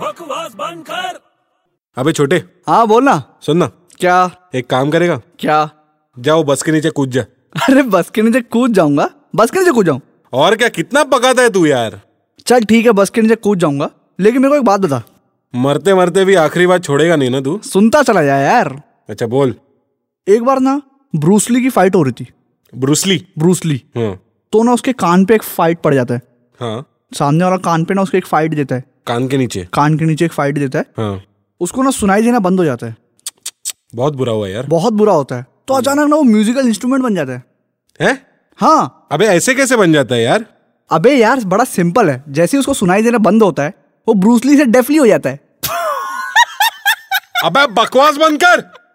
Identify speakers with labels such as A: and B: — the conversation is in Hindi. A: बकवास बंद कर
B: अबे छोटे
C: हाँ बोलना
B: सुन ना
C: क्या
B: एक काम करेगा
C: क्या
B: जाओ बस के नीचे कूद जा
C: अरे बस के नीचे कूद जाऊंगा बस के नीचे कूद जाऊं
B: और क्या कितना पकाता है तू यार
C: चल ठीक है बस के नीचे कूद जाऊंगा लेकिन मेरे को एक बात बता
B: मरते मरते भी आखिरी बात छोड़ेगा नहीं ना तू
C: सुनता चला जाए यार
B: अच्छा बोल
C: एक बार ना ब्रूसली की फाइट हो रही थी
B: ब्रूसली
C: ब्रूसली
B: हाँ
C: तो ना उसके कान पे एक फाइट पड़ जाता है
B: हाँ
C: सामने वाला कान पे ना उसको एक फाइट देता है
B: कान के नीचे
C: कान के नीचे एक फाइट देता है
B: हाँ
C: उसको ना सुनाई देना बंद हो जाता है
B: बहुत बुरा हुआ यार
C: बहुत बुरा होता है तो अचानक ना वो म्यूजिकल इंस्ट्रूमेंट बन जाता है
B: है
C: हाँ
B: अबे ऐसे कैसे बन जाता है यार
C: अबे यार बड़ा सिंपल है जैसे ही उसको सुनाई देना बंद होता है वो ब्रूसली से डेफली हो जाता है
B: अबे बकवास बंद कर